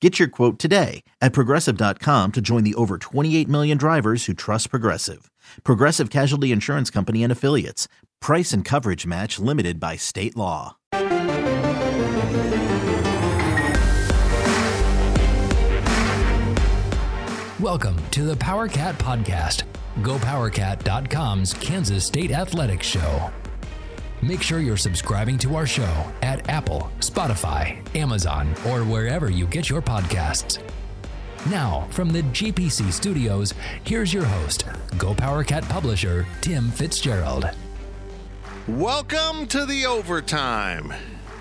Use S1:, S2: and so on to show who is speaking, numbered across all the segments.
S1: Get your quote today at progressive.com to join the over 28 million drivers who trust Progressive. Progressive Casualty Insurance Company and Affiliates. Price and coverage match limited by state law.
S2: Welcome to the Power Cat Podcast, GoPowerCat.com's Kansas State Athletics Show. Make sure you're subscribing to our show at Apple, Spotify, Amazon, or wherever you get your podcasts. Now, from the GPC studios, here's your host, Go Power Cat publisher Tim Fitzgerald.
S3: Welcome to the overtime.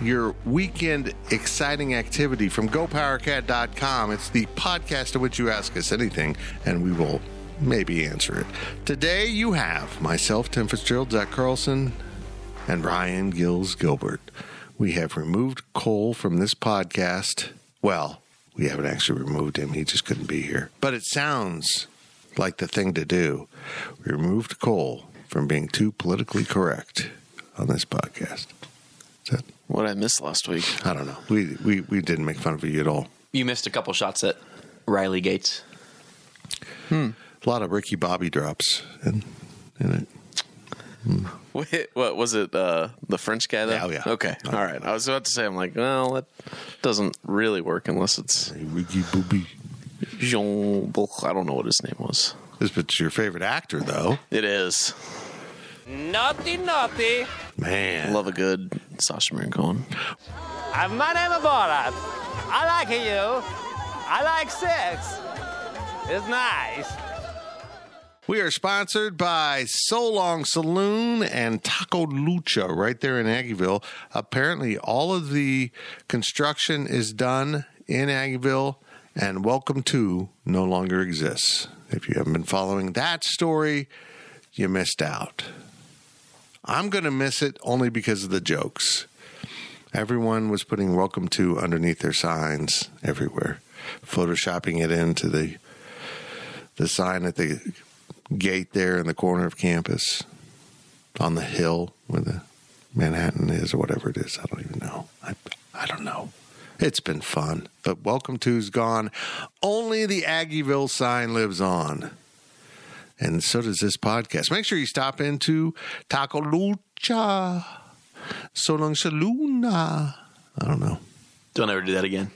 S3: Your weekend exciting activity from gopowercat.com. It's the podcast in which you ask us anything and we will maybe answer it. Today you have myself, Tim Fitzgerald, Zach Carlson, and Ryan Gills Gilbert. We have removed Cole from this podcast. Well, we haven't actually removed him, he just couldn't be here. But it sounds like the thing to do. We removed Cole from being too politically correct on this podcast. Is that-
S4: What I missed last week?
S3: I don't know. We, we we didn't make fun of you at all.
S5: You missed a couple shots at Riley Gates.
S3: Hmm. A lot of Ricky Bobby drops in, in it.
S4: Wait, what was it? Uh, the French guy? Though?
S3: Yeah, oh, yeah.
S4: Okay.
S3: Oh,
S4: All right. I was about to say, I'm like, well, that doesn't really work unless it's
S3: Ricky Bobby.
S4: Jean. Bull- I don't know what his name was.
S3: This bit's your favorite actor, though.
S4: It is.
S6: Naughty, naughty.
S4: I
S3: Man,
S4: love a good Sasha Baron Cohen.
S6: I'm my name is Borat. I like you. I like sex. It's nice.
S3: we are sponsored by So Long Saloon and Taco Lucha, right there in Aggieville. Apparently, all of the construction is done in Aggieville, and Welcome to no longer exists. If you haven't been following that story, you missed out. I'm going to miss it only because of the jokes. Everyone was putting welcome to underneath their signs everywhere, photoshopping it into the the sign at the gate there in the corner of campus on the hill where the Manhattan is or whatever it is. I don't even know. I I don't know. It's been fun, but welcome to's gone. Only the Aggieville sign lives on and so does this podcast. Make sure you stop into Taco Lucha, Solong Saluna. I don't know.
S5: Don't ever do that again.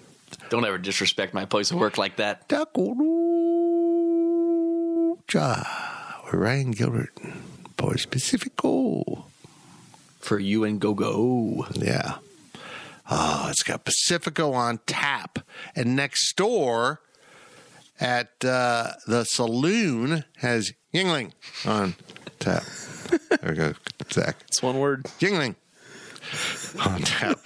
S5: Don't ever disrespect my place of work like that.
S3: Taco Lucha with Ryan Gilbert, Boys Pacifico.
S5: For you and go go.
S3: Yeah. Oh, it's got Pacifico on tap. And next door at uh, the saloon has Yingling on tap. There we go, Zach.
S4: It's one word.
S3: Jingling. On tap.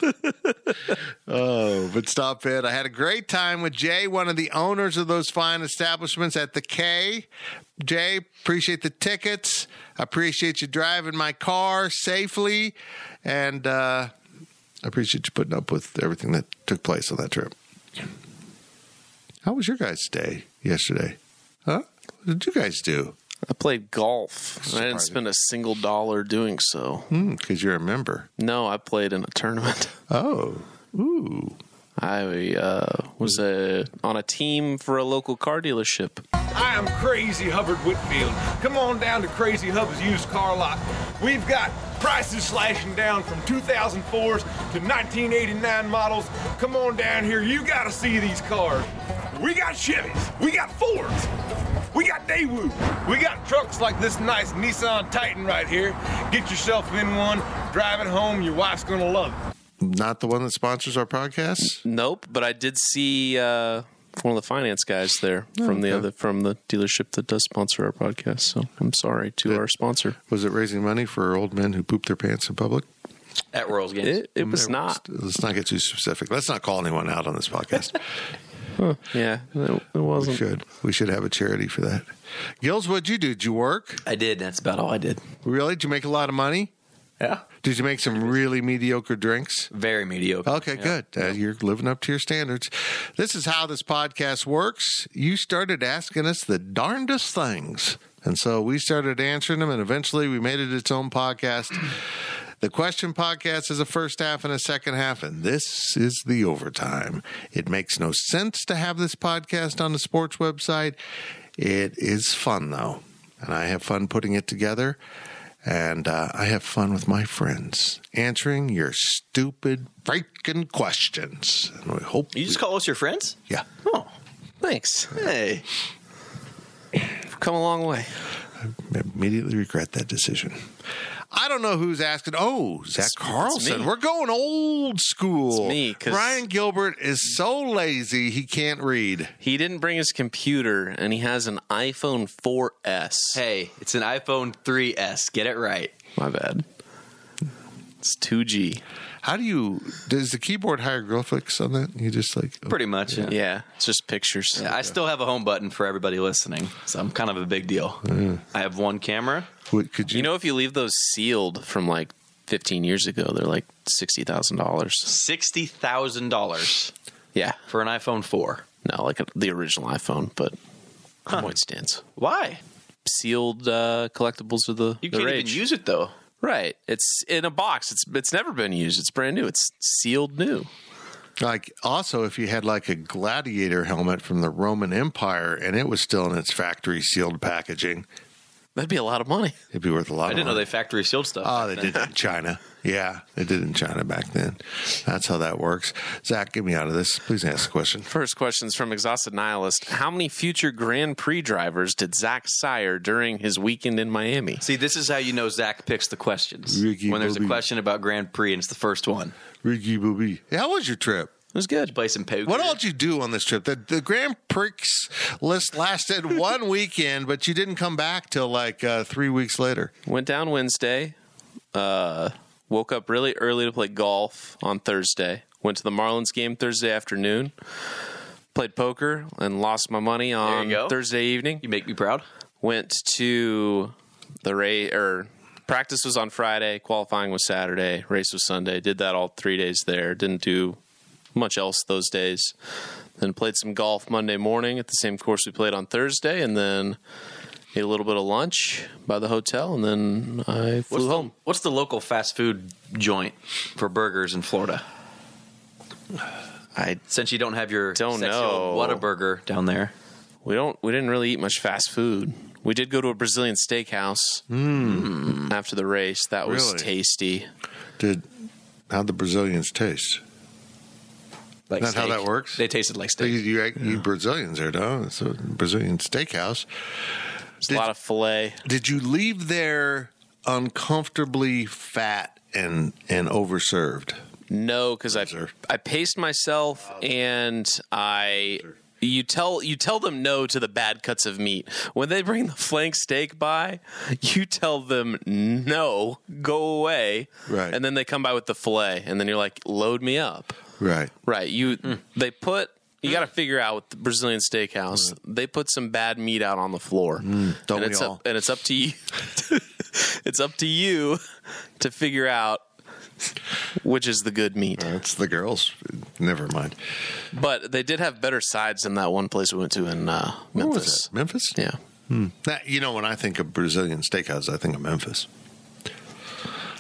S3: oh, but stop it. I had a great time with Jay, one of the owners of those fine establishments at the K. Jay, appreciate the tickets. I appreciate you driving my car safely. And uh, I appreciate you putting up with everything that took place on that trip. How was your guys' day yesterday? Huh? What did you guys do?
S4: I played golf. And I didn't spend a single dollar doing so.
S5: Hmm?
S3: Because Hmm, you're a member.
S4: No, I played in a tournament.
S3: Oh. Ooh.
S4: I uh, was uh, on a team for a local car dealership.
S7: I am Crazy Hubbard Whitfield. Come on down to Crazy Hubbard's used car lot. We've got prices slashing down from 2004s to 1989 models. Come on down here. You got to see these cars. We got Chevys. We got Fords. We got Daewoo. We got trucks like this nice Nissan Titan right here. Get yourself in one. Drive it home. Your wife's going to love it.
S3: not the one that sponsors our podcast?
S4: Nope, but I did see uh, one of the finance guys there from the other from the dealership that does sponsor our podcast. So I'm sorry to our sponsor.
S3: Was it raising money for old men who poop their pants in public?
S5: At World's Games.
S4: It, it was not.
S3: Let's not get too specific. Let's not call anyone out on this podcast.
S4: Yeah, it, it
S3: We
S4: wasn't.
S3: should. We should have a charity for that. Gills, what'd you do? Did you work?
S5: I did. That's about all I did.
S3: Really? Did you make a lot of money?
S5: Yeah.
S3: Did you make some really mediocre drinks?
S5: Very mediocre.
S3: Okay, good. Uh, you're living up to your standards. This is how this podcast works. You started asking us the darndest things. And so we started answering them, and eventually we made it its own podcast. The question podcast is a first half and a second half, and this is the overtime. It makes no sense to have this podcast on the sports website. It is fun, though, and I have fun putting it together and uh, I have fun with my friends answering your stupid freaking questions. And we hope
S5: You just call us your friends?
S3: we- yeah.
S5: Oh,
S4: Thanks.
S5: hey.
S4: We've come a long way.
S3: Immediately regret that decision. I don't know who's asking. Oh, Zach Carlson.
S4: me.
S3: We're going old school.
S4: It's me, 'cause-
S3: Ryan Gilbert is so lazy he can't read.
S4: He didn't bring his computer, and he has an iPhone 4S.
S5: Hey, it's an iPhone 3S. Get it right.
S4: my bad. It's 2G.
S3: How do you? Does the keyboard hieroglyphics on that? You just like oh,
S5: Pretty much. Yeah.
S4: Yeah, it's just pictures.
S5: Yeah, I still have a home button for everybody listening, so I'm kind of a big deal. I have one camera.
S3: What, could you?
S4: you know, if you leave those sealed from like 15 years ago, they're like sixty thousand dollars.
S5: Sixty thousand dollars
S4: Yeah,
S5: for an iPhone four.
S4: no, like uh, the original iPhone, but I know it stands.
S5: Why?
S4: Sealed uh, collectibles of the
S5: You
S4: the
S5: can't
S4: rage.
S5: even use it though.
S4: Right. It's in a box. It's it's never been used. It's brand new. It's sealed new.
S3: Like also, if you had like a gladiator helmet from the Roman Empire and it was still in its factory sealed packaging,
S4: That'd be a lot of money.
S3: it'd be worth a lot.
S5: I
S3: of
S5: didn't know
S3: money.
S5: they factory sealed stuff.
S3: Oh, they
S5: back
S3: did
S5: then.
S3: it in China. Yeah, they did it in China back then. That's how that works. Zach, get me out of this. Please ask a question.
S4: First question is from Exhausted Nihilist. How many future Grand Prix drivers did Zach sire during his weekend in Miami?
S5: See, this is how you know Zach picks the questions.
S3: Ricky
S5: when there's
S3: Bobby.
S5: a question about Grand Prix and it's the first one.
S3: Ricky Booby, how was your trip?
S4: It was good.
S5: Play some poker.
S3: What all did you do on this trip? The, the Grand Prix list lasted one weekend, but you didn't come back till like uh, three weeks later.
S4: Went down Wednesday. Uh, woke up really early to play golf on Thursday. Went to the Marlins game Thursday afternoon. Played poker and lost my money on
S5: go.
S4: Thursday evening.
S5: You make me proud.
S4: went to the race or practice was on Friday, qualifying was Saturday, race was Sunday. Did that all three days there. Didn't do much else those days. Then played some golf Monday morning at the same course we played on Thursday, and then ate a little bit of lunch by the hotel, and then I flew
S5: What's the,
S4: home.
S5: what's the local fast food joint for burgers in Florida?
S4: I
S5: Since you don't have your
S4: Don't
S5: sexy
S4: know.
S5: old Whataburger down there.
S4: we don't we didn't really eat much fast food. We did go to a Brazilian steakhouse after the race. That was
S3: Really?
S4: tasty.
S3: Did how'd the Brazilians taste?
S5: Like
S3: That's how that works?
S5: They tasted like
S3: You,
S5: steak.
S3: you, you Brazilians there, don't? you? It's a Brazilian steakhouse.
S4: It was
S3: Did-
S4: a lot of filet.
S3: Did you leave there uncomfortably fat and and overserved?
S4: No, because I
S3: Loser.
S4: I paced myself and I. You tell you tell them no to the bad cuts of meat. When they bring the flank steak by, you tell them no, go away.
S3: Right.
S4: And then they come by with the fillet and then you're like, load me up.
S3: Right.
S4: Right. You
S3: Hmm.
S4: they put you got to figure out with the Brazilian steakhouse. They put some bad meat out on the floor.
S3: Hmm. Don't
S4: and
S3: we
S4: it's
S3: all?
S4: Up, and it's up to you. it's up to you to figure out which is the good meat.
S3: That's the girls. Never mind.
S4: But they did have better sides than that one place we went to in uh, Memphis.
S3: Memphis?
S4: Yeah.
S3: That, you know, when I think of Brazilian steakhouse, I think of Memphis.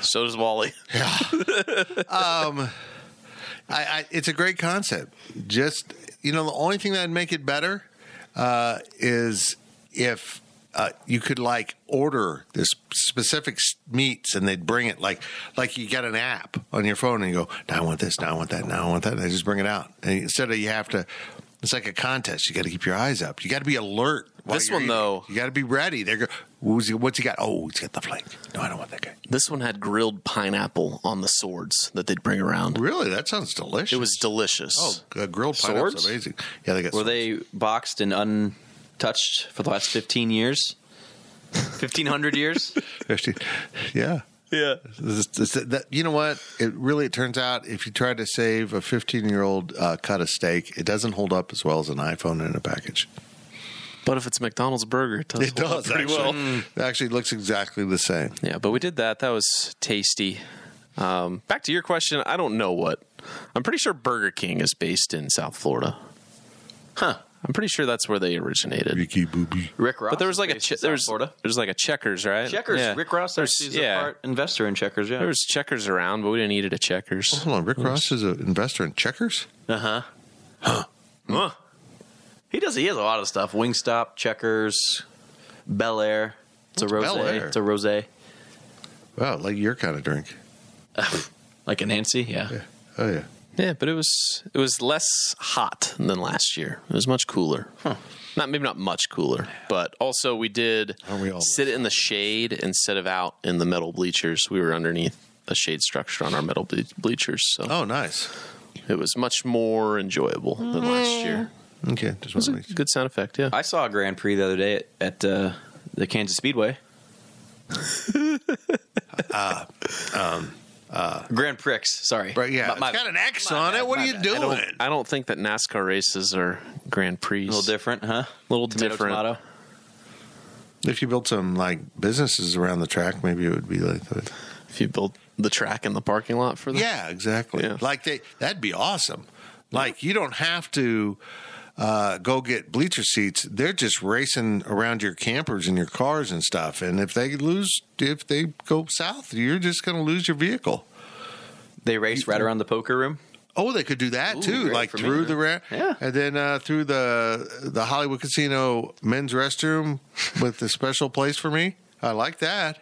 S4: So does Wally.
S3: I, I, it's a great concept. Just, you know, the only thing that would make it better uh, is if uh, you could like order this specific s- meats and they'd bring it like, like you got an app on your phone and you go, now I want this, now I want that, now I want that. And they just bring it out. And instead of you have to, it's like a contest. You got to keep your eyes up. You got to be alert. while
S4: This
S3: you're
S4: one, though-
S3: you got to be ready. They go, who's he, what's he got? Oh, he's got the flank. No, I don't want that guy.
S4: This one had grilled pineapple on the swords that they'd bring around.
S3: Really, that sounds delicious.
S4: It was delicious.
S3: Oh, uh, grilled pineapple's
S5: Swords?
S3: amazing. Yeah, they got.
S5: Were
S3: swords.
S5: they boxed and untouched for the last 15 years? 1500 years?
S3: Fifteen- Yeah,
S4: Yeah.
S3: This- this- that- you know what? It really it turns out if you try to save a 15 year old uh, cut of steak, it doesn't hold up as well as an iPhone in a package.
S4: But if it's McDonald's burger, it does,
S3: It
S4: hold up
S3: does
S4: pretty
S3: actually.
S4: well.
S3: It actually looks exactly the same.
S4: Yeah, but we did that. That was tasty. Um, back to your question, I don't know what. I'm pretty sure Burger King is based in South Florida.
S5: Huh.
S4: I'm pretty sure that's where they originated.
S3: Ricky Booby.
S5: Rick Ross.
S4: But there was like a
S5: is
S4: che-
S5: based in
S4: there was
S5: South Florida.
S4: there's like a Checkers, right?
S5: Checkers.
S4: Yeah.
S5: Rick Ross
S4: There's-
S5: actually is
S4: yeah.
S5: a part investor in Checkers. Yeah.
S4: There was Checkers around, but we didn't eat it at
S5: Uh-huh.
S4: Checkers.
S3: Hold on, Rick Ross is an investor in Checkers.
S5: uh huh.
S4: Huh.
S5: He does. He has a lot of stuff. Wingstop, Checkers, Bel Air. It's a
S3: What's
S5: rose.
S3: Bel Air?
S5: It's a rose.
S3: Wow, like your kind of drink.
S5: Like a Nancy. Yeah.
S3: Yeah. Oh yeah.
S4: Yeah, but it was it was less hot than last year. It was much cooler. Not maybe not much cooler, but also we did
S3: Aren't we all
S4: sit in the shade instead of out in the metal bleachers. We were underneath a shade structure on our metal ble- bleachers, so
S3: Oh, nice.
S4: it was much more enjoyable than last year.
S3: Okay, just
S4: It was
S3: want to
S4: a good sound effect, yeah.
S5: I saw a Grand Prix the other day at, at uh, the Kansas Speedway.
S3: Uh,
S5: Grand Prix. Sorry.
S3: But um, uh. yeah,
S5: My- my-
S3: it's got an X on it. What
S5: my
S3: are you
S5: bad. I
S3: doing?
S4: I don't think that NASCAR races are Grand Prix.
S5: a little different, huh?
S4: little
S5: Tomato,
S4: different.
S5: tomato.
S3: If you built some like businesses around the track, maybe it would be like that.
S4: If you build the track in the parking lot for them,
S3: Yeah, exactly.
S4: Yeah.
S3: Like they, that'd be awesome. Like you don't have to uh, go get bleacher seats. They're just racing around your campers and your cars and stuff. And if they lose, if they go south, you're just going to lose your vehicle.
S5: They race right around the poker room.
S3: Oh, they could do that
S5: Ooh,
S3: too,
S5: great
S3: like
S5: for me.
S3: through the ramp,
S5: Yeah.
S3: and then uh, through the the Hollywood Casino men's restroom with the special place for me. I like that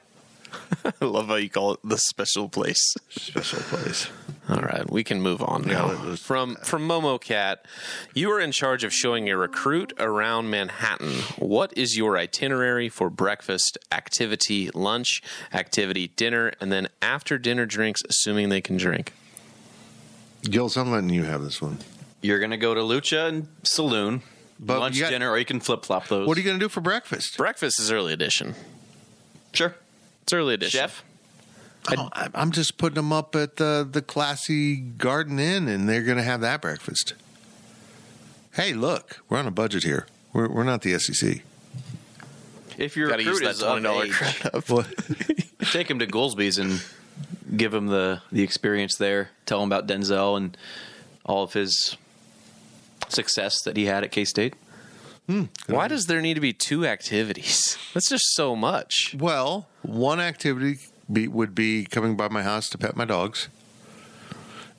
S4: I love how you call it the special place.
S3: special place.
S4: All right, we can move on now.
S3: that was-
S4: from from Momo Cat, you are in charge of showing a recruit around Manhattan. What is your itinerary for breakfast, activity, lunch, activity, dinner, and then after dinner drinks, assuming they can drink?
S3: Gills, I'm letting you have this one.
S5: You're gonna go to Lucha and Saloon,
S3: But
S5: lunch,
S3: you got-
S5: dinner, or you can flip flop those.
S3: What are you going to do for breakfast?
S4: Breakfast is early edition.
S5: Sure.
S4: It's early edition.
S5: Chef.
S3: Oh, I- I'm just putting them up at the the classy Garden Inn, and they're going to have that breakfast. Hey, look, we're on a budget here. We're we're not the E SEC.
S5: If your
S4: Gotta use
S5: recruit
S4: that
S5: is of
S4: twenty dollar
S5: age,
S4: credit. up.
S5: take him to Goolsby's and give him the the experience there. Tell him about Denzel and all of his success that he had at K State.
S4: Why does there need to be two activities? That's just so much.
S3: Well, one activity be, would be coming by my house to pet my dogs,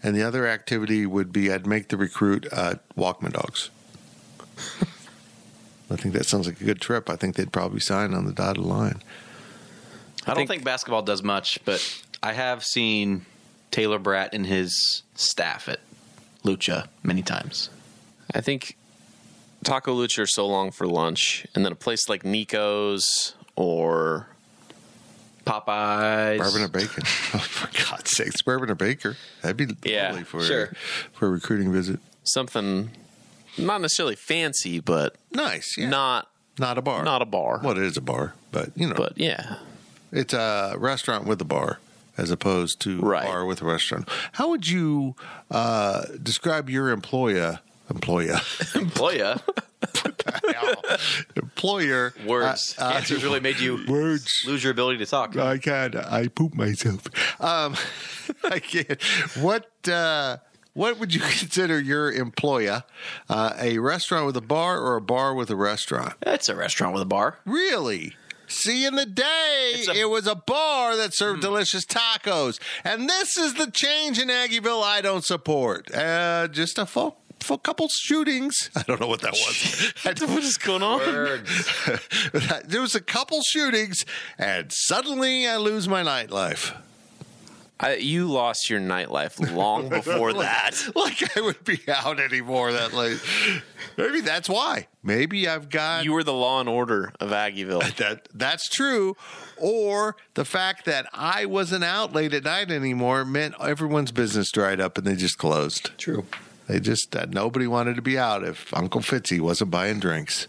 S3: and the other activity would be I'd make the recruit uh, walk my dogs. I think that sounds like a good trip. I think they'd probably sign on the dotted line.
S5: I, don't
S4: think-
S5: think, basketball does much, but I have seen Taylor Bratt and his staff at Lucha many times.
S4: I think Taco Lucha are so long for lunch, and then a place like Nico's or
S5: Popeyes,
S3: Bourbon or bacon? Oh, for God's sakes, bourbon or baker? That'd be
S4: Yeah,
S3: lovely for
S5: sure.
S3: for a recruiting visit.
S4: something not necessarily fancy, but
S3: Nice, yeah.
S4: not
S3: not a bar,
S4: not a bar.
S3: Well, it is a bar, but you know,
S4: But yeah,
S3: It's a restaurant with a bar as opposed to
S4: Right.
S3: bar with a restaurant. How would you uh, describe your employer? Employer,
S5: Employa.
S3: employer.
S5: Words.
S3: Uh, uh,
S5: Cancer's really made you
S3: Words.
S5: lose your ability to talk.
S3: I can't. I poop myself. Um, I can't. What uh, What would you consider your employer? Uh, a restaurant with a bar or a bar with a restaurant?
S5: That's a restaurant with a bar.
S3: Really? See in the day,
S5: It's a- Hmm.
S3: it was a bar that served delicious tacos. And this is the change in Aggieville I don't support. Uh, just a full, full couple shootings. I don't know what that was. I don't-
S4: what is going on?
S3: there was a couple shootings, and suddenly I lose my nightlife.
S4: I, you lost your nightlife long before that.
S3: Like I would be out anymore that late. Maybe that's why. Maybe I've got
S4: You were the law and order of Aggieville.
S3: that that's true or the fact that i wasn't out late at night anymore meant everyone's business dried up and they just closed
S5: True.
S3: they just uh, nobody wanted to be out if uncle fitzy wasn't buying drinks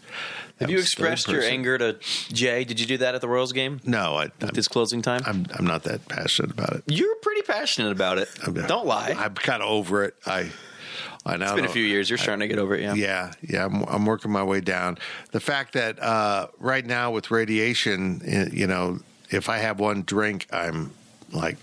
S5: Have you
S3: was third
S5: expressed your
S3: person.
S5: anger to Jay? Did you do that at the Royals game?
S3: No, I, I'm,
S5: At this closing time?
S3: I'm I'm not that passionate about it.
S5: You're pretty passionate about it.
S3: I'm not-
S5: Don't lie.
S3: I'm kind of over it. I I now
S5: it's been a
S3: know-
S5: few years. You're starting to get over it. Yeah.
S3: Yeah, yeah, I'm, I'm working my way down. The fact that uh, right now with radiation, eh, you know, if I have one drink, I'm like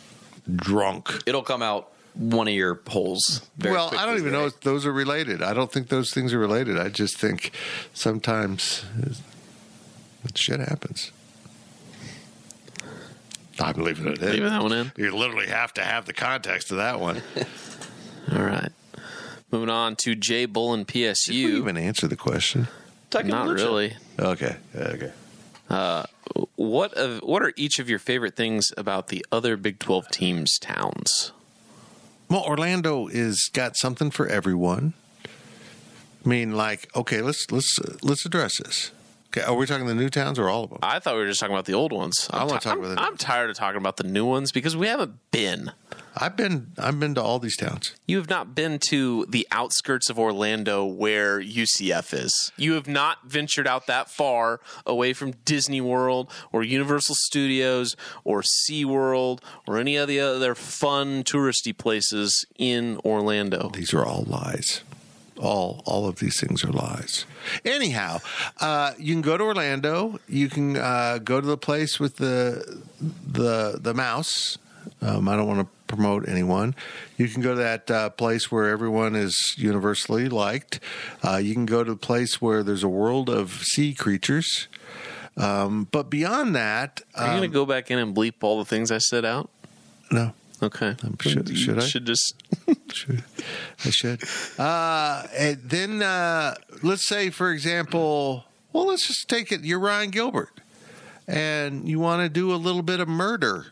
S3: drunk.
S5: It'll come out one of your holes. Very
S3: well, I
S5: quickly,
S3: don't even know
S5: right?
S3: if those are related. I don't think those things are related. I just think sometimes eh, shit happens. I'm leaving it in.
S4: Leaving that one in.
S3: You literally have to have the context of that one.
S4: All right. Moving on to Jay Bullen PSU.
S3: Did we even answer the question?
S5: Taco
S4: Not
S5: Lucha.
S4: really.
S3: Okay. Okay.
S4: What of what are each of your favorite things about the other Big Twelve teams' towns?
S3: Well, Orlando is got something for everyone. I mean, like, okay, let's let's uh, let's address this. Okay, are we talking the new towns or all of them?
S4: I thought we were just talking about the old ones.
S3: I
S4: I'm
S3: wanna
S4: ti-
S3: talk
S4: I'm-
S3: about the new
S4: I'm tired of talking about the new ones because we haven't been.
S3: I've been I've been to all these towns.
S4: You have not been to the outskirts of Orlando where UCF is. You have not ventured out that far away from Disney World or Universal Studios or SeaWorld or any of the other fun touristy places in Orlando.
S3: These are all lies. All all of these things are lies. Anyhow, uh, you can go to Orlando. You can uh, go to the place with the the the mouse. Um, I don't want to promote anyone. You can go to that uh, place where everyone is universally liked. Uh, you can go to the place where there's a world of sea creatures. Um, but beyond that,
S4: Are you
S3: um,
S4: going to go back in and bleep all the things I said out?
S3: no. Um,
S4: Okay.
S3: should- should I?
S4: Should just
S3: Should- I should. Uh, and then uh, let's say, for example, well, let's just take it. You're Ryan Gilbert, and you want to do a little bit of murder.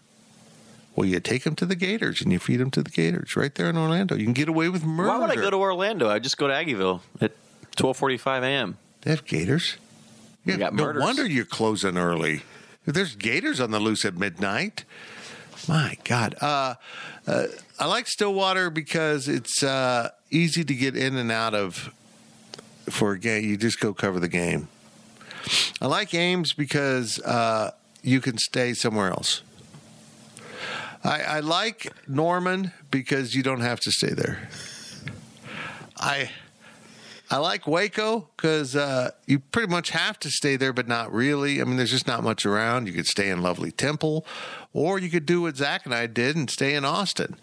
S3: Well, you take him to the Gators and you feed him to the Gators right there in Orlando. You can get away with murder.
S5: Why would I go to Orlando? I just go to Aggieville at 12:45 a.m.
S3: They have Gators. Yeah,
S5: got
S3: no
S5: murders.
S3: wonder you're closing early. If There's Gators on the loose at midnight. My God. Uh, uh, I like Stillwater because it's uh, easy to get in and out of for a game. You just go cover the game. I like Ames because uh, you can stay somewhere else. I, I like Norman because you don't have to stay there. I I like Waco because uh, you pretty much have to stay there, but not really. I mean, there's just not much around. You could stay in lovely Temple, or you could do what Zach and I did and stay in Austin,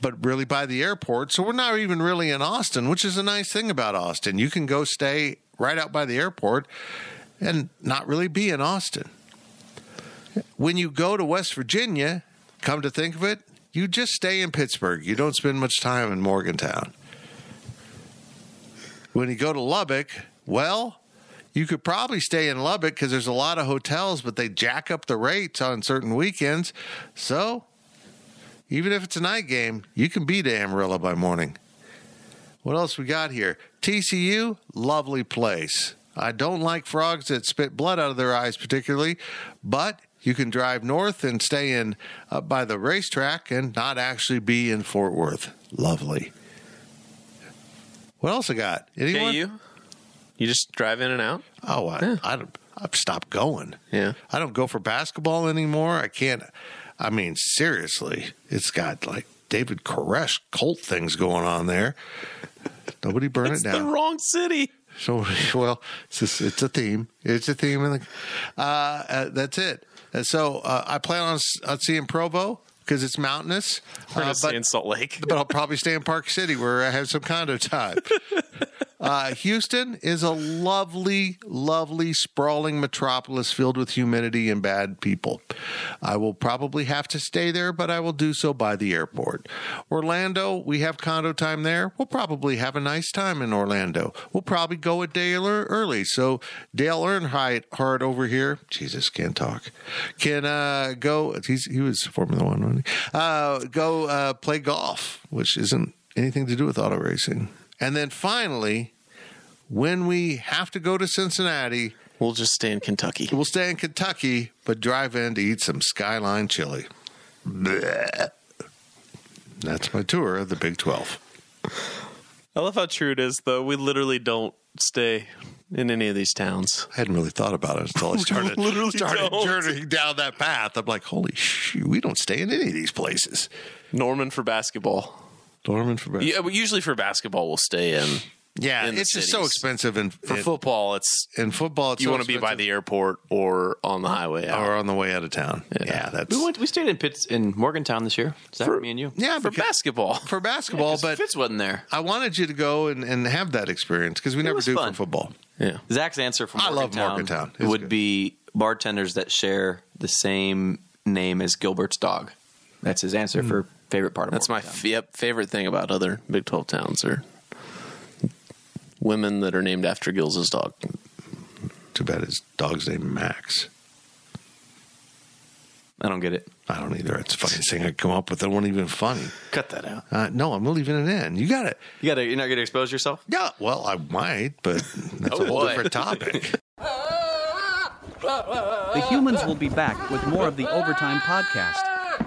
S3: but really by the airport. So we're not even really in Austin, which is a nice thing about Austin. You can go stay right out by the airport and not really be in Austin. When you go to West Virginia, come to think of it, you just stay in Pittsburgh. You don't spend much time in Morgantown when you go to Lubbock, well, you could probably stay in Lubbock because there's a lot of hotels, but they jack up the rates on certain weekends. So even if it's a night game, you can be to Amarillo by morning. What else we got here? TCU, lovely place. I don't like frogs that spit blood out of their eyes, particularly, but you can drive north and stay in up by the racetrack and not actually be in Fort Worth. Lovely. What else I got? Anyone?
S4: Yeah, you. You just drive in and out.
S3: Oh, I, I don't. I've stopped going.
S4: Yeah.
S3: I don't go for basketball anymore. I can't. I mean, seriously, it's got like David Koresh cult things going on there. Nobody burn it
S4: It's the
S3: down.
S4: wrong city.
S3: so, well, it's just, it's a theme. It's a theme. In the, uh, uh, that's it. And so uh, I plan on, s- on seeing Provo because it's mountainous.
S4: We're
S3: Uh,
S4: gonna stay in Salt Lake.
S3: but I'll probably stay in Park City where I have some condo time. Uh, Houston is a lovely, lovely, sprawling metropolis filled with humidity and bad people. I will probably have to stay there, but I will do so by the airport. Orlando, we have condo time there. We'll probably have a nice time in Orlando. We'll probably go a day ear- early. So Dale Earnhardt hard over here, Jesus can't talk, can uh, go. He's, he was Formula One, wasn't he? Uh, go uh, play golf, which isn't anything to do with auto racing. And then finally, when we have to go to Cincinnati,
S4: We'll just stay in Kentucky.
S3: we'll stay in Kentucky, but drive in to eat some skyline chili. Blech. That's my tour of the Big 12.
S4: I love how true it is, though. We literally don't stay in any of these towns.
S3: I hadn't really thought about it until I started
S4: literally
S3: started
S4: don't.
S3: journeying down that path. I'm like, holy shit, we don't stay in any of these places.
S4: Norman for basketball.
S3: Dorman for breakfast.
S4: Yeah, but usually for basketball, we'll stay in.
S3: Yeah,
S4: in the
S3: it's just so
S4: cities.
S3: expensive and
S4: For
S3: and-
S4: football, it's
S3: In football, it's
S4: you
S3: so
S4: want to be by
S3: expensive.
S4: the airport or on the highway. out.
S3: or on the way out of town. Yeah, that's
S5: We went. We stayed in Pitts in Morgantown this year. Is that
S4: For-
S5: me and you?
S3: yeah
S4: for
S3: because-
S4: basketball.
S3: for basketball.
S5: 'Cause
S3: but
S5: Fitz wasn't there.
S3: I wanted you to go and, and have that experience because we never
S5: was
S3: do
S5: fun.
S3: for football.
S4: yeah,
S5: Zach's answer from
S3: I
S5: Morgantown
S3: love Morgantown. It's
S5: would
S3: good.
S5: be bartenders that share the same name as Gilbert's dog. That's his answer
S3: Hmm.
S5: for favorite part of
S4: that's my
S5: Morgantown.
S4: f- yep, favorite thing about other Big Twelve towns are women that are named after Gills' dog.
S3: Too bad his dog's name Max.
S5: I don't get it.
S3: I don't either. It's the funniest thing I come up with. It wasn't even funny.
S5: Cut that out.
S3: Uh, no, I'm leaving it in. You got it.
S5: You gotta. You're not gonna expose yourself.
S3: Yeah. Well, I might, but that's a whole
S5: Oh, boy.
S3: different topic.
S8: The humans will be back with more of the Overtime Podcast.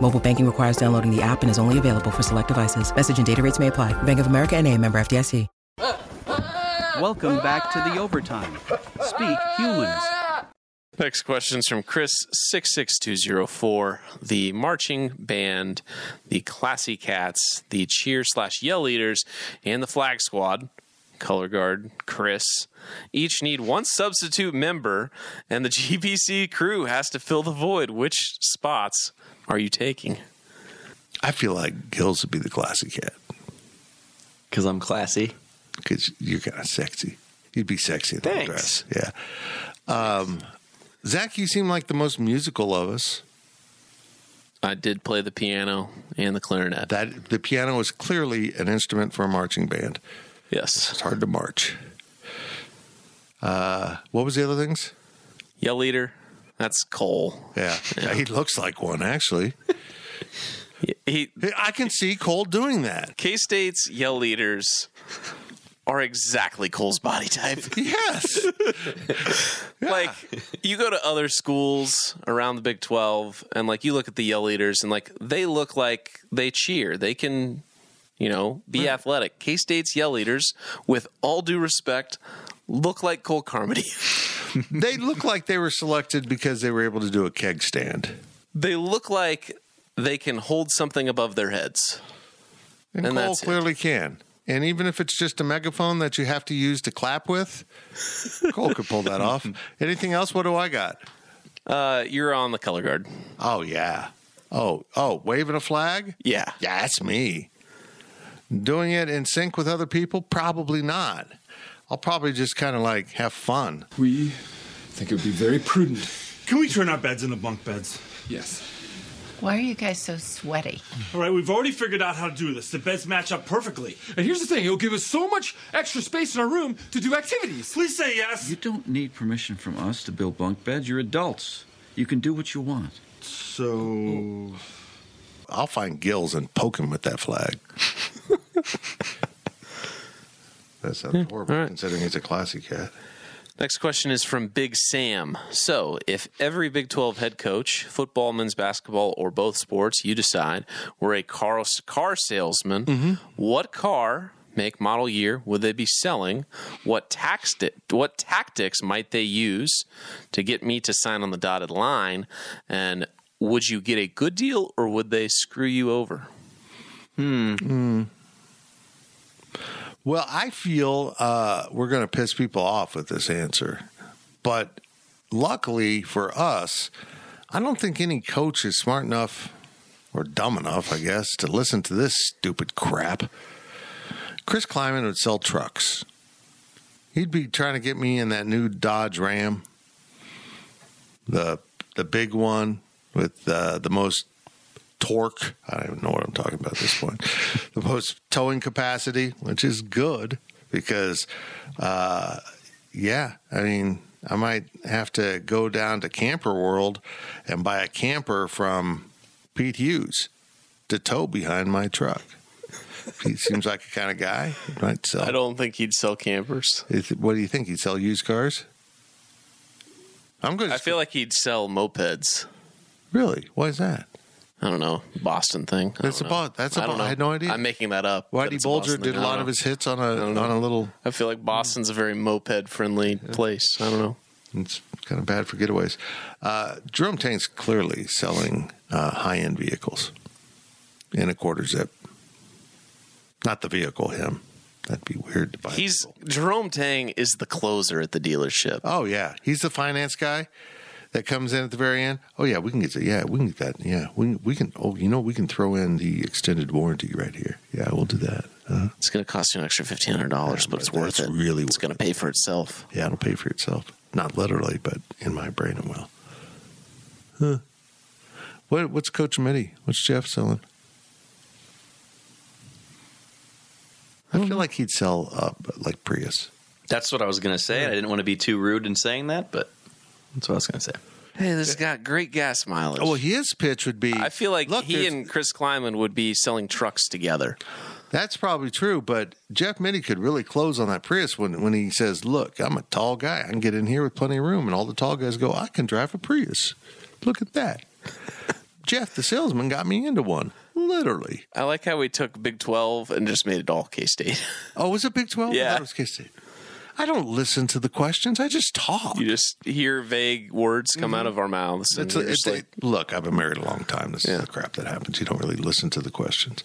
S9: Mobile banking requires downloading the app and is only available for select devices. Message and data rates may apply. Bank of America and a member FDIC.
S8: Welcome back to the Overtime. Speak humans.
S4: Next question is from Chris six six two zero four. The marching band, the classy cats, the cheer slash yell leaders, and the flag squad, color guard Chris, each need one substitute member, and the GPC crew has to fill the void. Which spots are you taking?
S3: I feel like Gills would be the classy cat
S5: Because I'm classy.
S3: because you're kind of sexy. You'd be sexy in that
S5: Thanks.
S3: dress. Yeah. Um, Zach, you seem like the most musical of us.
S4: I did play the piano and the clarinet.
S3: That the piano is clearly an instrument for a marching band.
S4: yes,
S3: It's hard to march. Uh, what was the other things?
S4: yell leader. That's Cole.
S3: Yeah, he looks like one actually.
S4: He
S3: I can see Cole doing that.
S4: K State's yell leaders are exactly Cole's body type.
S3: Yes,
S4: Like you go to other schools around the Big 12 and like you look at the yell leaders and like they look like they cheer. They can, you know, be athletic. K-State's yell leaders with all due respect look like Cole Carmody.
S3: they look like they were selected because they were able to do a keg stand.
S4: they look like they can hold something above their heads.
S3: And,
S4: And
S3: Cole
S4: that's it.
S3: clearly can. And even if it's just a megaphone that you have to use to clap with, Cole could pull that off. Anything else? What do I got?
S4: Uh, you're on the color guard.
S3: Oh yeah. Oh oh, waving a flag.
S4: Yeah.
S3: Yeah, that's me. Doing it in sync with other people? Probably not. I'll probably just kind of like have fun.
S10: We think it would be very prudent.
S11: Can we turn our beds into bunk beds?
S10: Yes.
S12: Why are you guys so sweaty?
S11: All right, we've already figured out how to do this. The beds match up perfectly.
S10: And here's the thing it'll give us so much extra space in our room to do activities.
S11: Please say yes.
S12: You don't need permission from us to build bunk beds. You're adults. You can do what you want.
S11: So.
S3: I'll find Gills and poke him with that flag. that sounds horrible considering he's a classy cat.
S4: Next question is from Big Sam. So, if every Big 12 head coach, football, men's basketball, or both sports, you decide, were a car, car salesman, what car, make, model, year would they be selling? What, tax what tactics might they use to get me to sign on the dotted line? And would you get a good deal or would they screw you over?
S3: Well, I feel uh, we're going to piss people off with this answer. But luckily for us, I don't think any coach is smart enough or dumb enough, I guess, to listen to this stupid crap. Chris Kleiman would sell trucks. He'd be trying to get me in that new Dodge Ram, the the big one with uh, the most torque. I don't even know what I'm talking about at this point. the most towing capacity, which is good because, uh, yeah, I mean, I might have to go down to Camper World and buy a camper from Pete Hughes to tow behind my truck. Pete seems like a kind of guy who might sell.
S4: I don't think he'd sell campers.
S3: Is- What do you think? He'd sell used cars? I'm good.
S4: I feel like he'd sell mopeds.
S3: Really? Why is that?
S4: I don't know. Boston thing. I
S3: That's
S4: don't
S3: a
S4: know.
S3: Bo- that's a
S4: I
S3: Bo-
S4: don't know.
S3: I had no idea.
S4: I'm making that up. but
S3: Whitey
S4: it's a
S3: Bulger
S4: Boston thing.
S3: did a
S4: I don't
S3: lot of
S4: know.
S3: his hits on
S4: I don't
S3: a
S4: know.
S3: on a little.
S4: I feel like Boston's a very moped friendly place. I don't know.
S3: It's kind of bad for getaways. Uh, Jerome Tank's clearly selling uh, high end vehicles in a quarter zip. Not the vehicle, him. That'd be weird to buy.
S4: He's Jerome Tang is the closer at the dealership.
S3: Oh yeah, he's the finance guy that comes in at the very end. Oh yeah, we can get that. Yeah, we can get that. Yeah, we we can. Oh, you know, we can throw in the extended warranty right here. Yeah, we'll do that. Uh,
S4: It's going to cost you an extra fifteen hundred dollars, but it's worth it. Really, it's going to pay for itself.
S3: yeah, it'll pay for itself. Not literally, but in my brain it will. Huh. What what's Coach Mitty? What's Jeff selling? I feel like he'd sell uh, like Prius.
S5: That's what I was going to say. I didn't want to be too rude in saying that, but that's what I was going to say.
S4: Hey, this has got great gas mileage.
S3: Oh, well, his pitch would be.
S4: I feel like
S3: Look,
S4: he
S3: there's-
S4: and Chris Kleiman would be selling trucks together.
S3: That's probably true, but Jeff Mitty could really close on that Prius when, when he says, Look, I'm a tall guy. I can get in here with plenty of room. And all the tall guys go, I can drive a Prius. Look at that. Jeff, the salesman, got me into one. Literally.
S4: I like how we took Big Twelve and just made it all K State.
S3: Oh, was it Big 12? I
S4: Yeah.
S3: thought it was K State. I don't listen to the questions. I just talk.
S4: you just hear vague words come out of our mouths, and
S3: It's,
S4: you're
S3: Mm-hmm. it's
S4: just like,
S3: look, I've been married a long time. This is the crap that happens. You don't really listen to the questions.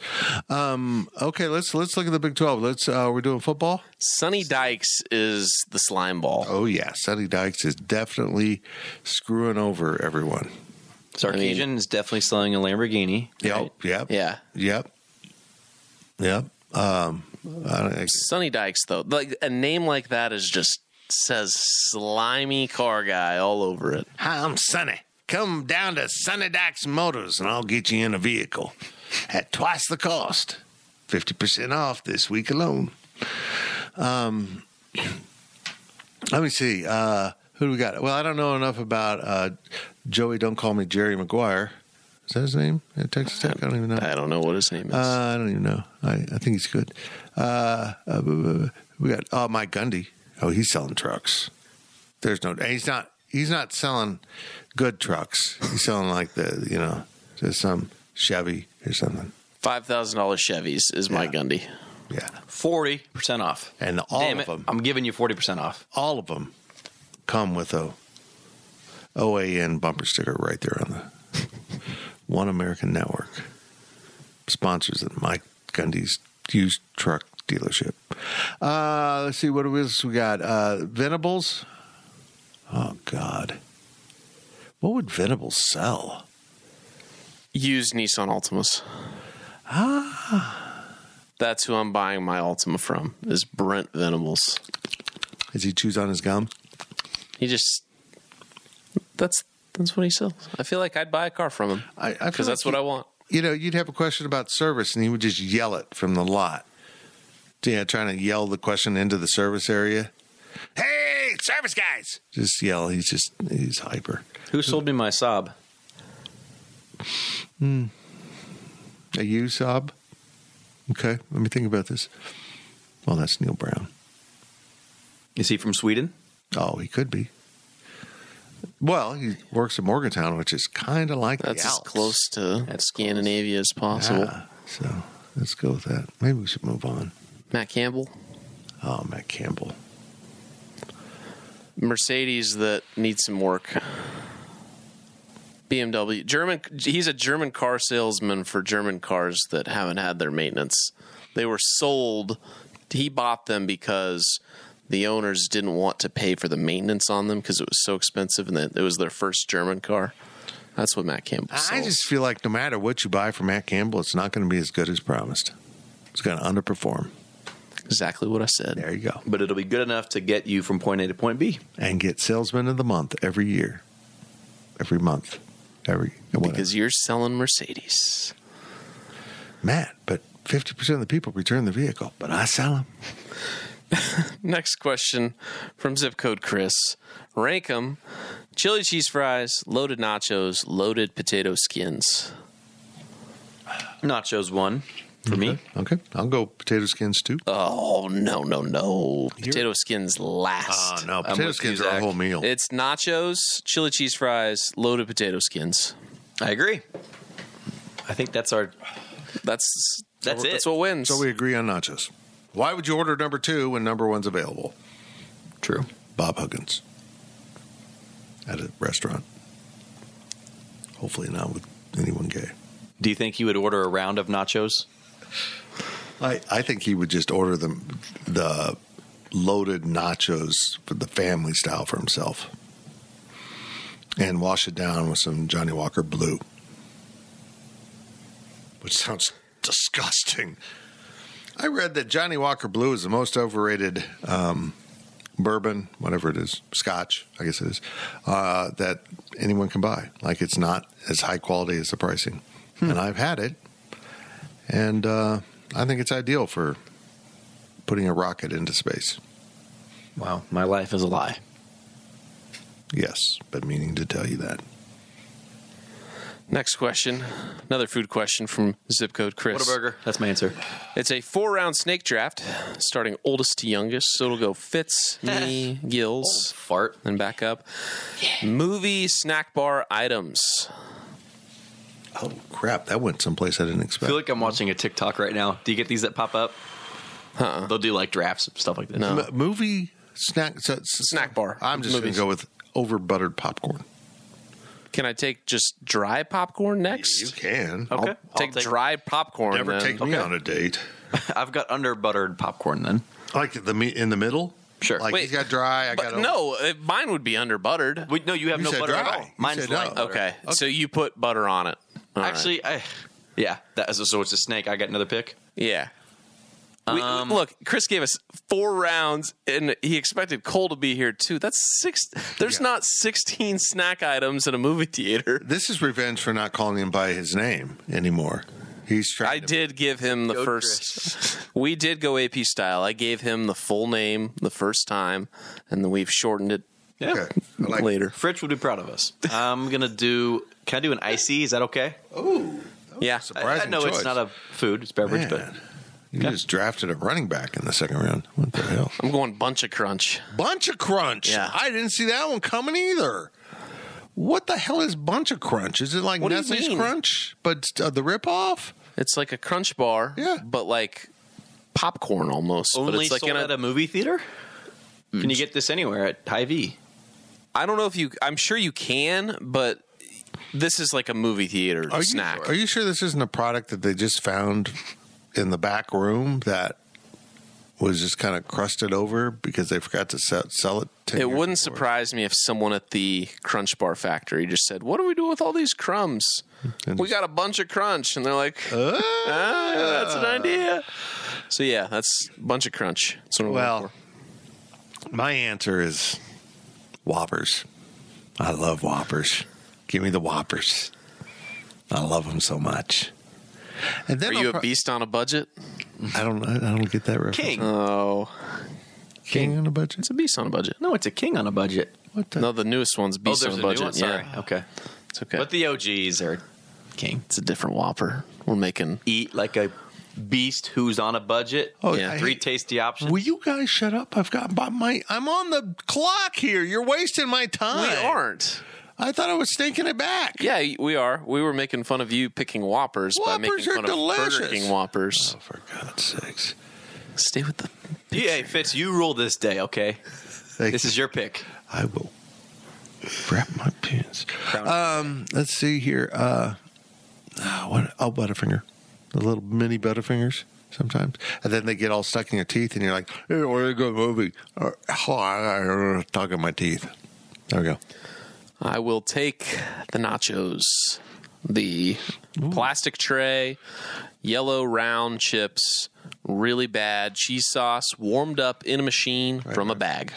S3: Um, okay, let's let's look at the Big Twelve. Let's uh, we're doing football.
S4: Sonny Dykes is the slime ball.
S3: Oh yeah, Sonny Dykes is definitely screwing over everyone.
S5: Sarkeesian is definitely selling a Lamborghini.
S3: Yep, yep,
S4: Yeah,
S3: yep, yep. Um, I don't, I-
S4: Sonny Dykes though, like a name like that is just says slimy car guy all over it.
S3: Hi, I'm Sonny. Come down to Sonny Dykes Motors and I'll get you in a vehicle at twice the cost. 50% off this week alone. Um, let me see. Uh, who do we got? Well, I don't know enough about uh, Joey, don't call me Jerry McGuire. Is that his name at Texas Tech? I don't even know.
S4: I don't know what his name is.
S3: Uh, I don't even know. I, I think he's good. Uh, uh, we got oh Mike Gundy. Oh, he's selling trucks. There's no. and He's not. He's not selling good trucks. He's selling like the you know just some Chevy or something.
S4: Five thousand dollars Chevys is Mike Gundy.
S3: Yeah,
S5: Forty percent off.
S3: and all
S5: Damn
S3: of
S5: it!
S3: them,
S5: I'm giving you forty percent off.
S3: all of them come with a OAN bumper sticker right there on the One American Network sponsors at Mike Gundy's used truck dealership. Uh, let's see what else we got. Uh, Venables. Oh God, what would Venables sell?
S4: Used Nissan Altimas.
S3: Ah.
S4: That's who I'm buying my Altima from. Is Brent Venables.
S3: Does he chews on his gum?
S4: He just that's that's what he sells. I feel like I'd buy a car from him
S3: I, I feel
S4: because that's
S3: like
S4: what I
S3: you-
S4: want.
S3: you know, you'd have a question about service and he would just yell it from the lot. Yeah, trying to yell the question into the service area. Hey, service guys! Just yell. He's just, he's hyper.
S5: Who sold me my Saab?
S3: Are you Saab? Okay, let me think about this. Well, that's Neil Brown.
S5: Is he from Sweden?
S3: Oh, he could be. Well, he works in Morgantown, which is kind of like
S4: That's
S3: the
S4: as
S3: Alps.
S4: close to Scandinavia as possible.
S3: Yeah, so let's go with that. Maybe we should move on.
S4: Matt Campbell,
S3: Oh, Matt Campbell.
S4: Mercedes that needs some work. BMW, German. He's a German car salesman for German cars that haven't had their maintenance. They were sold. He bought them because the owners didn't want to pay for the maintenance on them because it was so expensive, and that it was their first German car. That's what Matt Campbell.
S3: I
S4: sold.
S3: just feel like no matter what you buy from Matt Campbell, it's not going to be as good as promised. It's going to underperform.
S4: exactly what I said.
S3: There you go.
S5: But it'll be good enough to get you from point A to point B.
S3: And get salesman of the month every year, every month, every whatever.
S4: Because you're selling Mercedes.
S3: Matt. But fifty percent of the people return the vehicle, but I sell them.
S4: Next question from Zip Code Chris. Rank them chili cheese fries, loaded nachos, loaded potato skins.
S5: Nachos one for me. Um,
S3: Okay, I'll go potato skins too.
S4: Oh no no no! Potato skins last.
S3: Oh, no,
S4: I'm
S3: potato
S4: with
S3: skins
S4: you,
S3: are a
S4: Zach.
S3: whole meal.
S4: It's nachos, chili cheese fries, loaded potato skins.
S5: I agree. I think that's our.
S4: That's
S5: That's it.
S4: That's what wins.
S3: So we agree on nachos. Why would you order number two when number one's available?
S5: True.
S3: Bob Huggins at a restaurant. Hopefully not with anyone gay.
S5: Do you think he would order a round of nachos?
S3: I, I think he would just order them the loaded nachos for the family style for himself. And wash it down with some Johnny Walker blue. Which sounds disgusting. I read that Johnny Walker Blue is the most overrated um, bourbon, whatever it is, scotch, I guess it is, uh, that anyone can buy. Like it's not as high quality as the pricing. And I've had it. And uh, I think it's ideal for putting a rocket into space.
S5: Wow, my life is a lie.
S3: Yes, but meaning to tell you that.
S4: Next question. Another food question from Zip Code Chris.
S5: What a burger. That's my answer.
S4: It's a four round snake draft, starting oldest to youngest. So it'll go Fitz, me, Gills,
S5: Fart.
S4: and back up. Movie snack bar items.
S3: Oh, crap. That went someplace I didn't
S5: I
S3: expect.
S5: feel like I'm watching a TikTok right now. Do you get these that pop up? They'll do like drafts and stuff like this.
S4: No.
S3: M- movie snack. So, so-
S4: Snack bar.
S3: I'm just going
S4: Movies.
S3: to go with over buttered popcorn.
S4: Can I take just dry popcorn next?
S3: You can.
S5: Okay. I'll
S4: Take, dry popcorn.
S3: Never
S4: then.
S3: take me on a date.
S5: I've got under buttered popcorn then.
S3: Like the meat in the middle?
S5: Sure.
S3: Like
S4: Wait,
S3: he's got dry. I
S4: But
S3: got
S4: no, uh, mine would be under buttered.
S5: Wait, no, you have
S3: You
S5: no
S3: said
S5: butter at
S3: dry.
S5: all.
S3: You
S5: Mine's
S3: said uh,
S5: light
S3: no.
S5: butter.
S4: Okay. so you put butter on it. All right.
S5: Actually, I, yeah, that is so it's a snake. I got another pick.
S4: yeah. We- look, Chris gave us four rounds, and he expected Cole to be here too. That's six. There's not 16 snack items in a movie theater.
S3: This is revenge for not calling him by his name anymore. He's trying
S4: I
S3: to-
S4: did give him the
S5: Go,
S4: first. we did go AP style. I gave him the full name the first time, and then we've shortened it
S5: Yeah.
S3: Okay. I like-
S4: later.
S5: Fritch would be proud of us. I'm gonna do. Can I do an icy? Is that okay?
S4: Yeah,
S5: I- I,
S3: Oh, Surprising
S5: know it's
S3: choice.
S5: not a food; it's beverage, but
S3: Man, You just drafted a running back in the second round. What the hell?
S4: I'm going bunch of crunch.
S3: Bunch of Crunch.
S4: Yeah.
S3: I didn't see that one coming either. What the hell is Bunch of Crunch? Is it like
S4: What do you
S3: Nestle's
S4: mean?
S3: Crunch, but uh, the ripoff?
S4: It's like a crunch bar,
S3: Yeah.
S4: but like popcorn almost. but
S5: only
S4: it's like
S5: sold
S4: in
S5: at a movie theater. Can you
S4: Mm.
S5: get this anywhere at Hy-Vee?
S4: I don't know if you. I'm sure you can, but this is like a movie theater
S3: Are you,
S4: snack.
S3: are you sure this isn't a product that they just found in the back room that was just kind of crusted over because they forgot to sell, sell it? 10
S4: it
S3: years
S4: wouldn't
S3: before?
S4: surprise me if someone at the Crunch Bar factory just said, "What do we do with all these crumbs? We got a bunch of crunch," and they're like, "Ah, "That's an idea." So yeah, that's bunch of crunch. That's what I'm
S3: Well,
S4: going
S3: my answer is Whoppers. I love Whoppers. Give me the Whoppers. I love them so much. And
S4: for.
S3: then
S4: are
S3: I'll
S4: you a
S3: pro-
S4: beast on a budget?
S3: I don't. I don't get that reference.
S5: King.
S4: Oh,
S3: King on a budget.
S4: it's a beast on a budget.
S5: no, it's a king on a budget.
S3: What the?
S4: No, the newest
S5: Oh,
S4: one's beast on a budget.
S5: Sorry.
S4: Yeah,
S5: Okay.
S4: it's okay.
S5: But the OGs are king.
S4: it's a different Whopper. We're making
S5: Eat like a beast who's on a budget.
S3: Oh,
S5: yeah.
S3: I
S5: Three
S3: hate-
S5: tasty options.
S3: Will you guys shut up? I've got by my. I'm on the clock here. You're wasting my time.
S4: We aren't.
S3: I thought I was stinking it back.
S4: Yeah, we are. We were making fun of you picking Whoppers, by making
S3: Whoppers are
S4: fun of
S3: delicious.
S4: Burger King Whoppers.
S3: Oh, for God's sakes!
S4: Stay with the.
S5: Yeah, hey, Fitz, you rule this day, okay?
S3: Thank
S5: This
S3: you.
S5: is your pick.
S3: I will wrap my pants. Um, let's see here. Uh, ah, what? Oh, Butterfinger, the little mini Butterfingers sometimes, and then they get all stuck in your teeth, and you're like, "Hey, what a good movie!" Or, oh, I, I, talk in my teeth. There we go.
S4: I will take the nachos, the plastic tray, yellow round chips, really bad cheese sauce, warmed up in a machine from a bag.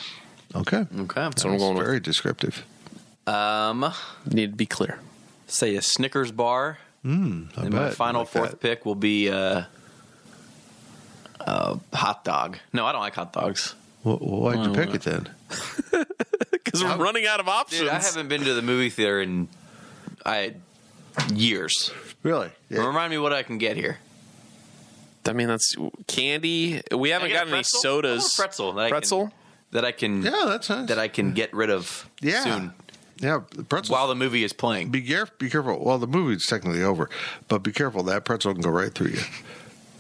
S3: Okay,
S5: Okay.
S4: So I'm going
S3: very descriptive.
S5: Um,
S4: with. Need to be clear.
S5: say a Snickers bar.
S3: Hmm, I
S5: and my
S3: bet.
S5: final
S3: Like
S5: fourth
S3: that.
S5: pick will be uh, Uh, hot dog. No, I don't like hot dogs.
S3: why'd you pick it then?
S4: Because we're running out of options.
S5: Dude, I haven't been to the movie theater in I years.
S3: Really?
S5: Remind me what I can get here.
S4: I mean, that's candy. We haven't
S5: Can I get a
S4: gotten any
S5: pretzel?
S4: sodas.
S5: I want a pretzel that
S4: pretzel.
S5: I can- That I can.
S3: Yeah, that's nice.
S5: That I can get rid of.
S3: Yeah.
S5: Soon.
S3: Yeah, the pretzel.
S5: While the movie is playing.
S3: Be careful. Be careful. Well, the movie's technically over, but be careful. That pretzel can go right through you.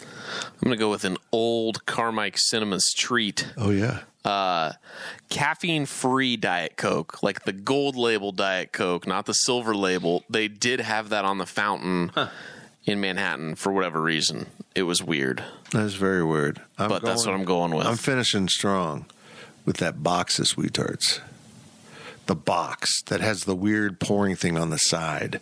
S4: I'm gonna go with an old Carmike Cinemas treat.
S3: Oh yeah.
S4: Uh, caffeine free Diet Coke, like the gold label Diet Coke, not the silver label. They did have that on the fountain in Manhattan for whatever reason. It was weird.
S3: That's very weird.
S4: But that's what I'm going with.
S3: I'm finishing strong with that box of sweethearts. The box that has the weird pouring thing on the side.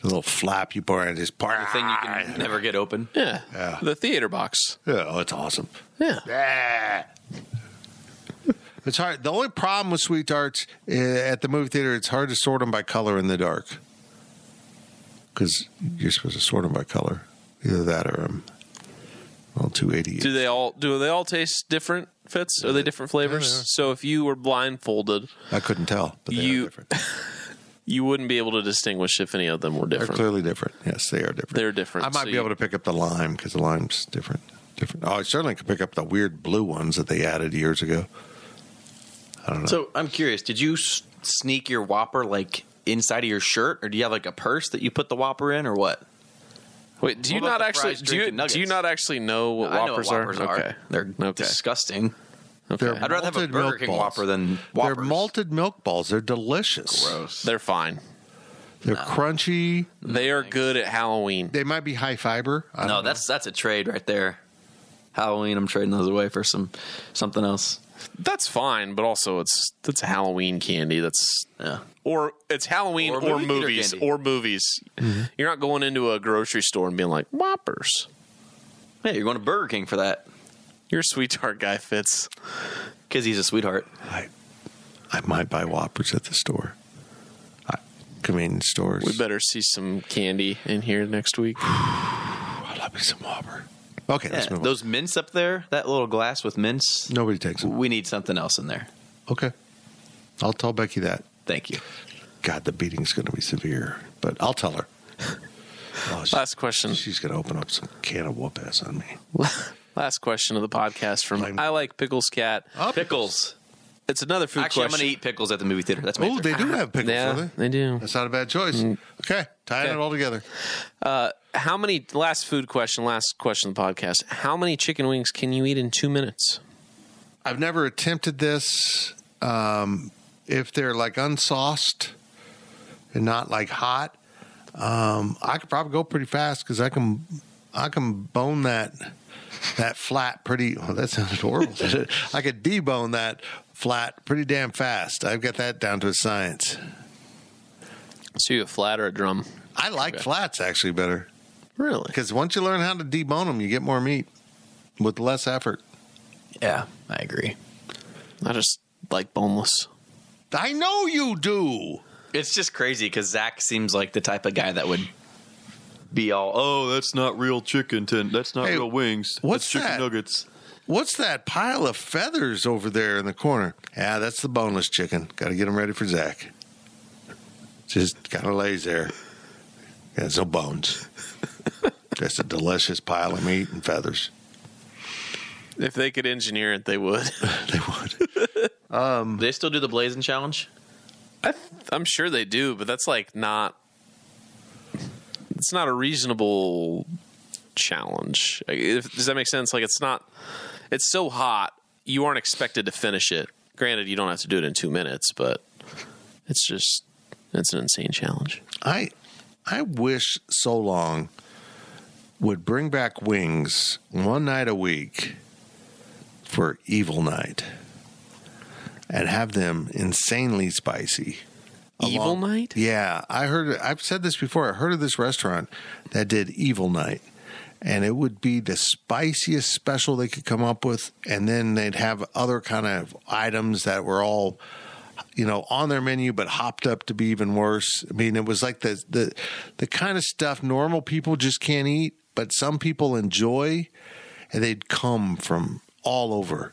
S3: The little flap you pour and just pour.
S5: The thing you can never get open.
S4: Yeah.
S3: Yeah.
S4: The theater box.
S3: Yeah, oh, it's awesome.
S4: Yeah.
S3: Yeah. It's hard. The only problem with sweethearts eh, at the movie theater, it's hard to sort them by color in the dark. Because you're supposed to sort them by color. Either that or um, well, 288.
S4: Do they all do they all taste different fits? Are they different flavors? So if you were blindfolded,
S3: I couldn't tell, but they
S4: You-
S3: are different.
S4: you wouldn't be able to distinguish if any of them were
S3: They're
S4: different.
S3: clearly different. Yes, they are different.
S4: They're different.
S3: I might
S4: so
S3: be
S4: you-
S3: able to pick up the lime because the lime's different. Different. Oh, I certainly could pick up the weird blue ones that they added years ago. I don't know.
S5: So I'm curious. Did you s- sneak your Whopper like inside of your shirt, or do you have like a purse that you put the Whopper in, or what?
S4: Wait, do you
S5: What about
S4: not
S5: the
S4: actually
S5: fries,
S4: do
S5: drink,
S4: you
S5: and nuggets?
S4: do you not actually know what
S5: I know
S4: whoppers,
S5: what Whoppers
S4: are?
S5: are.
S4: Okay,
S5: They're
S4: okay.
S5: disgusting.
S4: Okay,
S3: They're
S5: I'd rather have a
S3: malted
S5: Burger
S3: milk
S5: King
S3: balls.
S5: Whopper than
S3: They're
S5: Whoppers.
S3: malted milk balls. They're delicious.
S5: Gross.
S4: they're fine.
S3: They're crunchy.
S4: They are good at Halloween.
S3: They might be high fiber. I
S5: No,
S3: don't know.
S5: that's that's a trade right there. Halloween, I'm trading those away for some something else.
S4: That's fine, but also it's that's Halloween candy. That's
S5: Yeah.
S4: or it's Halloween or,
S5: Or movie theater
S4: movies
S5: candy.
S4: or movies. You're not going into a grocery store and being like whoppers.
S5: Hey, you're going to Burger King for that
S4: Your sweetheart guy fits.
S5: because he's a sweetheart.
S3: I, I might buy Whoppers at the store. I, convenience stores.
S4: We better see some candy in here next week.
S3: Oh, I love me some Whopper. Okay,
S5: Yeah,
S3: let's move
S5: those mints up there, that little glass with mints.
S3: on. Nobody takes them.
S5: we need something else in there.
S3: Okay. I'll tell Becky that.
S5: Thank you.
S3: God, the beating's going to be severe, but I'll tell her. Oh, she-
S4: Last question.
S3: She's going to open up some can of whoop ass on me.
S4: Last question of the podcast from
S3: Lame.
S4: I like pickles cat.
S5: Oh, Pickles.
S4: It's another food
S5: Actually, I'm
S4: question.
S5: going to eat pickles at the movie theater. That's my
S3: Oh,
S5: answer.
S3: they do have pickles,
S4: yeah,
S3: don't they?
S4: they do. Mm.
S3: That's not a bad choice. Okay, tying
S4: Okay.
S3: it all together.
S4: How many last food question, last question of the podcast. How many chicken wings can you eat in two minutes?
S3: I've never attempted this. Um, if they're like unsauced and not like hot, um, I could probably go pretty fast because I can I can bone that that flat pretty. Oh, that sounded horrible. didn't it? I could debone that flat pretty damn fast. I've got that down to a science.
S4: So you a flat or a drum?
S3: I like flats actually better
S4: Really?
S3: because once you learn how to debone them, you get more meat with less effort.
S5: Yeah, I agree.
S4: I just like boneless.
S3: I know you do.
S5: It's just crazy because Zach seems like the type of guy that would be all, oh, that's not real chicken. Ten, that's not
S3: Hey,
S5: real wings.
S3: what's
S5: that's chicken
S3: that?
S5: nuggets.
S3: What's that pile of feathers over there in the corner? Yeah, that's the boneless chicken. Got to get them ready for Zach. Just kind of lays there. There's no bones. Just a delicious pile of meat and feathers.
S4: If they could engineer it, they would.
S3: They would.
S5: Do they still do the blazing challenge?
S4: I th- I'm sure they do, but that's like not. It's not a reasonable challenge. Like, If, does that make sense? Like it's not. It's so hot, you aren't expected to finish it. Granted, you don't have to do it in two minutes, but it's just it's an insane challenge.
S3: I, I wish so long would bring back wings one night a week for evil night, and have them insanely spicy.
S4: Evil
S3: Along-
S4: night.
S3: Yeah, I heard. I've said this before. I heard of this restaurant that did Evil Night, and it would be the spiciest special they could come up with, and then they'd have other kind of items that were all, you know, on their menu but hopped up to be even worse. I mean, it was like the the the kind of stuff normal people just can't eat, but some people enjoy. and they'd come from all over.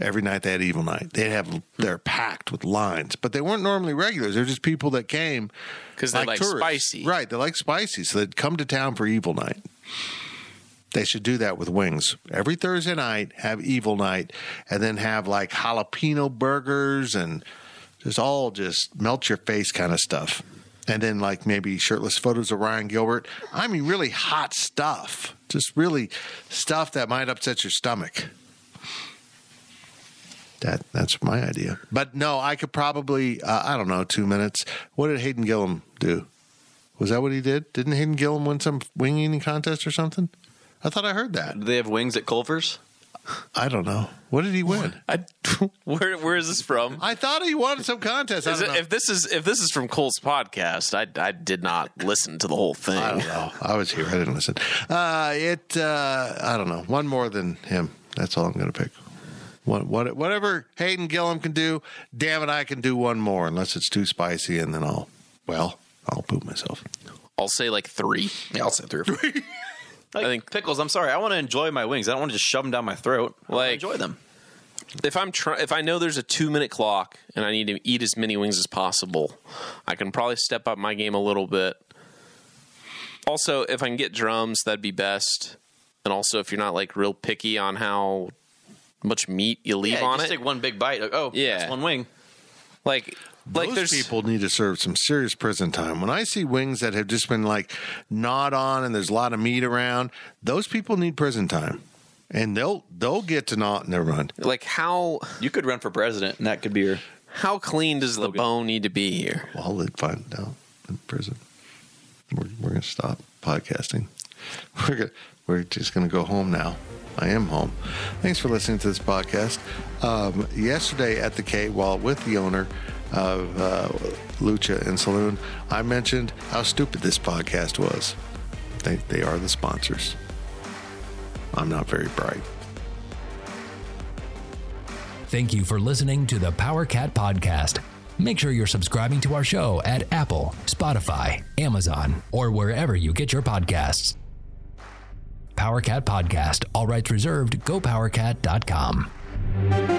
S3: Every night they had Evil Night. They'd have they're packed with lines, but they weren't normally regulars. They're just people that came
S4: 'Cause they like spicy.
S3: right? They like spicy, so they'd come to town for Evil Night. They should do that with wings. Every Thursday night, have Evil Night, and then have like jalapeno burgers and just all just melt your face kind of stuff. And then like maybe shirtless photos of Ryan Gilbert. I mean, really hot stuff. Just really stuff that might upset your stomach. That that's my idea. But no, I could probably uh, I don't know two minutes. What did Hayden Gillum do? Was that what he did? Didn't Hayden Gillum win some wing eating contest or something? I thought I heard that.
S5: Do they have wings at Culver's?
S3: I don't know. What did he win?
S4: I, where where is this from?
S3: I thought he won some contest. I
S4: Is
S3: don't
S4: it-
S3: know.
S4: if this is if this is from Cole's podcast, I I did not listen to the whole thing.
S3: I don't know. I was here. I didn't listen. Uh, it. Uh, I don't know. One more than him. That's all I'm going to pick. What, what, whatever Hayden Gillum can do, damn it, I can do one more. Unless it's too spicy, and then I'll, well, I'll poop myself.
S4: I'll say like three. Yeah, I'll say three or four.
S5: I think pickles. I'm sorry. I want to enjoy my wings. I don't want to just shove them down my throat. I wanna
S4: Like-
S5: enjoy them.
S4: if I'm try- if I know there's a two minute clock and I need to eat as many wings as possible, I can probably step up my game a little bit. Also, if I can get drums, that'd be best. And also, if you're not like real picky on how much meat you leave
S5: yeah,
S4: on
S5: just
S4: it,
S5: take one big bite. Like, oh,
S4: Yeah.
S5: that's one wing.
S4: like like
S3: Those
S4: there's
S3: people need to serve some serious prison time. When I see wings that have just been like gnawed on and there's a lot of meat around, those people need prison time, and they'll they'll get to gnaw. Never mind.
S4: like how
S5: You could run for president, and that could be your.
S4: how clean does the bone need to be here?
S3: Well, they'd find out in prison. We're, we're going to stop podcasting. We're gonna, we're just going to go home now. I am home. Thanks for listening to this podcast. Um, yesterday at the K, while with the owner of uh, Lucha and Saloon, I mentioned how stupid this podcast was. They, they are the sponsors. I'm not very bright.
S2: Thank you for listening to the Power Cat Podcast. Make sure you're subscribing to our show at Apple, Spotify, Amazon, or wherever you get your podcasts. Power Cat Podcast, all rights reserved, gopowercat.com.